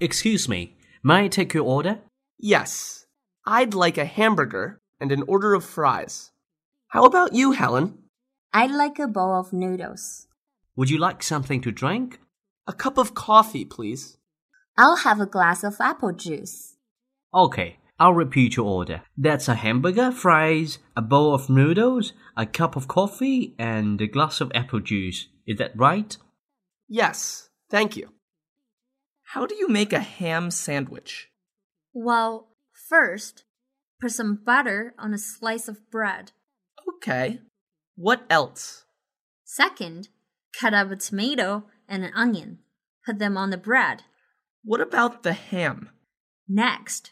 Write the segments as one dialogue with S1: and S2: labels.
S1: Excuse me, may I take your order?
S2: Yes. I'd like a hamburger and an order of fries. How about you, Helen?
S3: I'd like a bowl of noodles.
S1: Would you like something to drink?
S2: A cup of coffee, please.
S3: I'll have a glass of apple juice.
S1: Okay, I'll repeat your order. That's a hamburger, fries, a bowl of noodles, a cup of coffee, and a glass of apple juice. Is that right?
S2: Yes, thank you. How do you make a ham sandwich?
S4: Well, first, put some butter on a slice of bread.
S2: Okay. What else?
S4: Second, cut up a tomato and an onion. Put them on the bread.
S2: What about the ham?
S4: Next,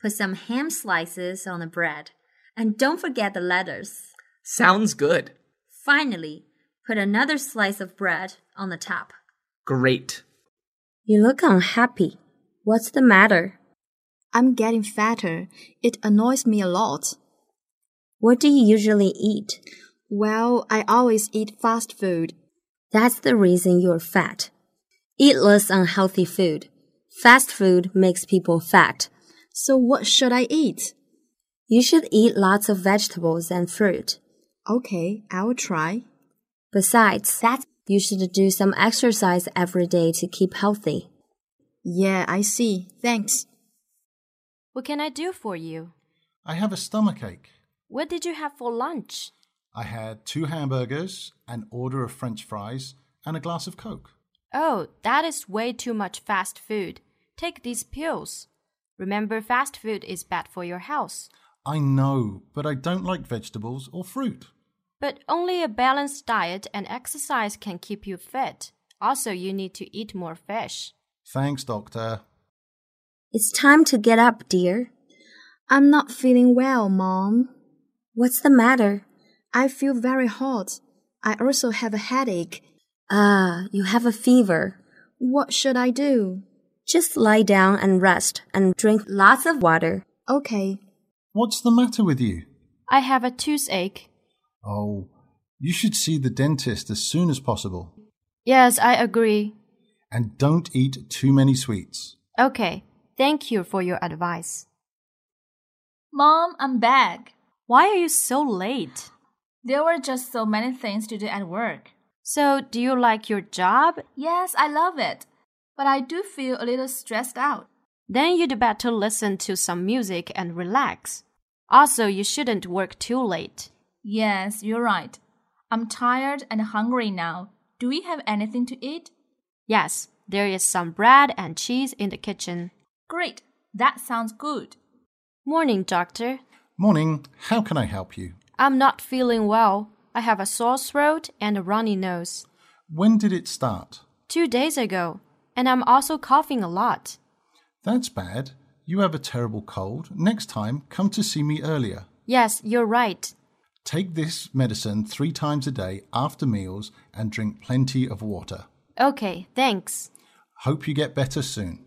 S4: put some ham slices on the bread. And don't forget the lettuce.
S2: Sounds good.
S4: Finally, put another slice of bread on the top.
S2: Great.
S3: You look unhappy. What's the matter?
S5: I'm getting fatter. It annoys me a lot.
S3: What do you usually eat?
S5: Well, I always eat fast food.
S3: That's the reason you're fat. Eat less unhealthy food. Fast food makes people fat.
S5: So what should I eat?
S3: You should eat lots of vegetables and fruit.
S5: Okay, I'll try.
S3: Besides, that you should do some exercise every day to keep healthy.
S5: Yeah, I see. Thanks.
S6: What can I do for you?
S7: I have a stomachache.
S6: What did you have for lunch?
S7: I had two hamburgers, an order of french fries, and a glass of coke.
S6: Oh, that is way too much fast food. Take these pills. Remember, fast food is bad for your health.
S7: I know, but I don't like vegetables or fruit.
S6: But only a balanced diet and exercise can keep you fit. Also, you need to eat more fish.
S7: Thanks, doctor.
S3: It's time to get up, dear.
S5: I'm not feeling well, Mom.
S3: What's the matter?
S5: I feel very hot. I also have a headache.
S3: Ah, you have a fever.
S5: What should I do?
S3: Just lie down and rest and drink lots of water.
S5: Okay.
S7: What's the matter with you?
S6: I have a toothache.
S7: Oh, you should see the dentist as soon as possible.
S6: Yes, I agree.
S7: And don't eat too many sweets.
S6: Okay, thank you for your advice.
S8: Mom, I'm back.
S6: Why are you so late?
S8: There were just so many things to do at work.
S6: So, do you like your job?
S8: Yes, I love it. But I do feel a little stressed out.
S6: Then you'd better listen to some music and relax. Also, you shouldn't work too late.
S8: Yes, you're right. I'm tired and hungry now. Do we have anything to eat?
S6: Yes, there is some bread and cheese in the kitchen.
S8: Great. That sounds good.
S6: Morning, doctor.
S7: Morning. How can I help you?
S6: I'm not feeling well. I have a sore throat and a runny nose.
S7: When did it start?
S6: Two days ago. And I'm also coughing a lot.
S7: That's bad. You have a terrible cold. Next time, come to see me earlier.
S6: Yes, you're right.
S7: Take this medicine three times a day after meals and drink plenty of water.
S6: Okay, thanks.
S7: Hope you get better soon.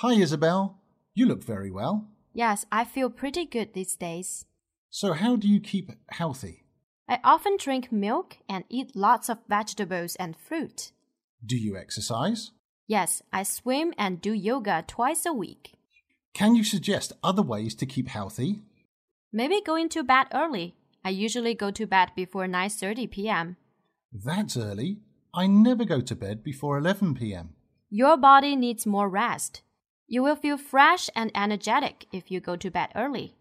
S7: Hi, Isabel. You look very well.
S6: Yes, I feel pretty good these days.
S7: So, how do you keep healthy?
S6: I often drink milk and eat lots of vegetables and fruit.
S7: Do you exercise?
S6: Yes, I swim and do yoga twice a week.
S7: Can you suggest other ways to keep healthy?
S6: Maybe going to bed early. I usually go to bed before 9:30 p.m.
S7: That's early. I never go to bed before 11 p.m.
S6: Your body needs more rest. You will feel fresh and energetic if you go to bed early.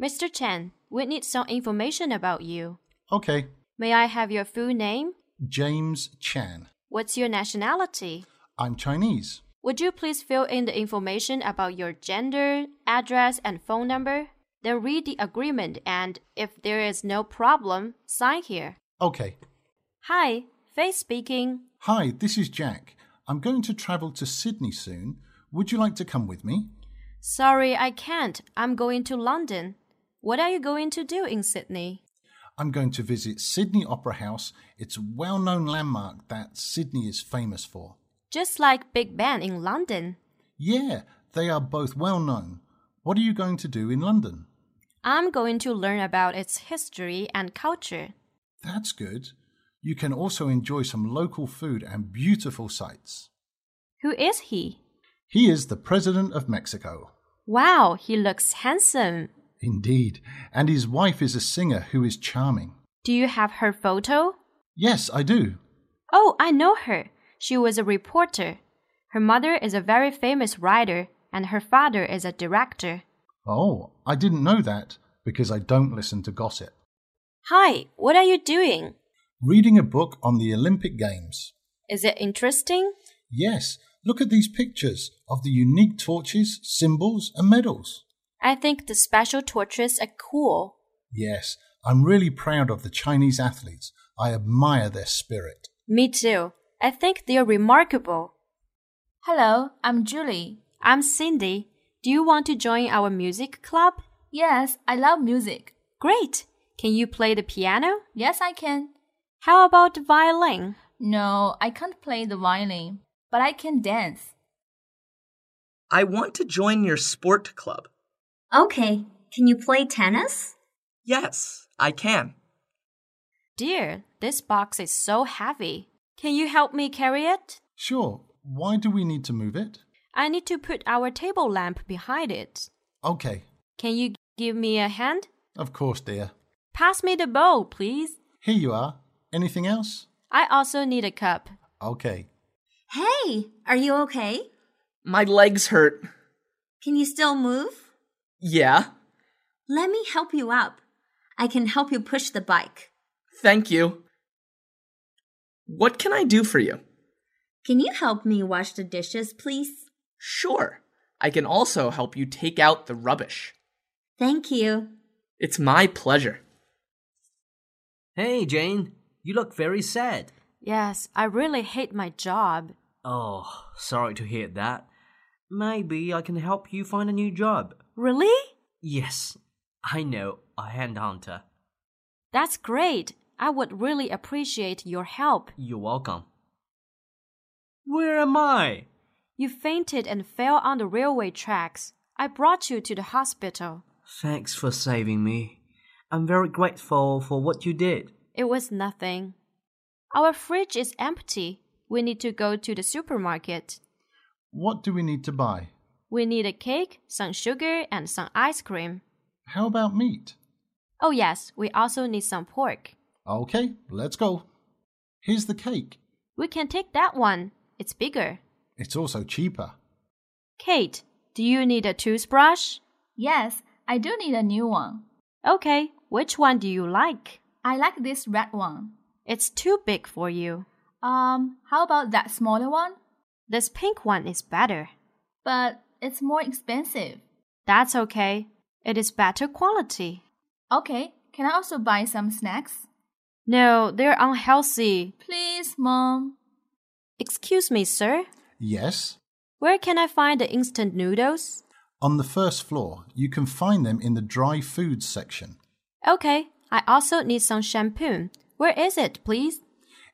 S6: Mr. Chen, we need some information about you.
S7: Okay,
S6: May I have your full name?
S7: James Chan.
S6: What's your nationality?
S7: I'm Chinese.
S6: Would you please fill in the information about your gender, address, and phone number? Then read the agreement and if there is no problem, sign here.
S7: Okay.
S6: Hi, Faye speaking.
S7: Hi, this is Jack. I'm going to travel to Sydney soon. Would you like to come with me?
S6: Sorry, I can't. I'm going to London. What are you going to do in Sydney?
S7: I'm going to visit Sydney Opera House. It's a well known landmark that Sydney is famous for.
S6: Just like Big Ben in London.
S7: Yeah, they are both well known. What are you going to do in London?
S6: I'm going to learn about its history and culture.
S7: That's good. You can also enjoy some local food and beautiful sights.
S6: Who is he?
S7: He is the President of Mexico.
S6: Wow, he looks handsome.
S7: Indeed. And his wife is a singer who is charming.
S6: Do you have her photo?
S7: Yes, I do.
S6: Oh, I know her. She was a reporter. Her mother is a very famous writer, and her father is a director.
S7: Oh, I didn't know that because I don't listen to gossip.
S6: Hi, what are you doing?
S7: Reading a book on the Olympic Games.
S6: Is it interesting?
S7: Yes, look at these pictures of the unique torches, symbols, and medals.
S6: I think the special torches are cool.
S7: Yes, I'm really proud of the Chinese athletes. I admire their spirit.
S6: Me too. I think they're remarkable.
S8: Hello, I'm Julie.
S6: I'm Cindy. Do you want to join our music club?
S8: Yes, I love music.
S6: Great. Can you play the piano?
S8: Yes, I can.
S6: How about the violin?
S8: No, I can't play the violin, but I can dance.
S2: I want to join your sport club.
S4: Okay, can you play tennis?
S2: Yes, I can.
S6: Dear, this box is so heavy. Can you help me carry it?
S7: Sure, why do we need to move it?
S6: I need to put our table lamp behind it.
S7: Okay,
S6: Can you give me a hand?
S7: of course, dear.
S6: Pass me the bowl, please.
S7: Here you are. Anything else?
S6: I also need a cup.
S7: Okay.
S4: Hey, are you okay?
S2: My legs hurt.
S4: Can you still move?
S2: Yeah,
S4: Let me help you up. I can help you push the bike.
S2: thank you. What can I do for you?
S4: Can you help me wash the dishes, please?
S2: Sure, I can also help you take out the rubbish.
S4: Thank you.
S2: It's my pleasure.
S1: Hey, Jane, you look very sad.
S6: Yes, I really hate my job.
S1: Oh, sorry to hear that. Maybe I can help you find a new job.
S6: Really?
S1: Yes, I know a handhunter.
S6: That's great. I would really appreciate your help.
S1: You're welcome. Where am I?
S6: You fainted and fell on the railway tracks. I brought you to the hospital.
S1: Thanks for saving me. I'm very grateful for what you did.
S6: It was nothing. Our fridge is empty. We need to go to the supermarket.
S7: What do we need to buy?
S6: We need a cake, some sugar, and some ice cream.
S7: How about meat?
S6: Oh, yes, we also need some pork.
S7: Okay, let's go. Here's the cake.
S6: We can take that one. It's bigger.
S7: It's also cheaper.
S6: Kate, do you need a toothbrush?
S8: Yes, I do need a new one.
S6: Okay, which one do you like?
S8: I like this red one.
S6: It's too big for you.
S8: Um, how about that smaller one?
S6: This pink one is better.
S8: But it's more expensive.
S6: That's okay. It is better quality.
S8: Okay, can I also buy some snacks?
S6: No, they're unhealthy.
S8: Please, Mom.
S6: Excuse me, sir.
S7: Yes.
S6: Where can I find the instant noodles?
S7: On the first floor, you can find them in the dry foods section.
S6: Okay, I also need some shampoo. Where is it, please?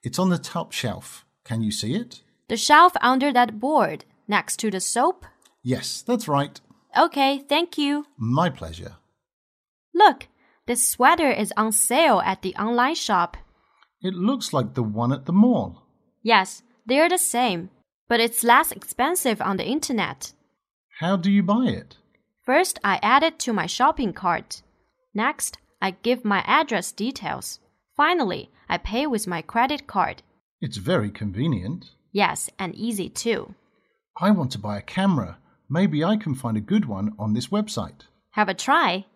S7: It's on the top shelf. Can you see it?
S6: The shelf under that board, next to the soap.
S7: Yes, that's right.
S6: Okay, thank you.
S7: My pleasure.
S6: Look, this sweater is on sale at the online shop.
S7: It looks like the one at the mall.
S6: Yes, they're the same, but it's less expensive on the internet.
S7: How do you buy it?
S6: First, I add it to my shopping cart. Next, I give my address details. Finally, I pay with my credit card.
S7: It's very convenient.
S6: Yes, and easy too.
S7: I want to buy a camera. Maybe I can find a good one on this website.
S6: Have a try.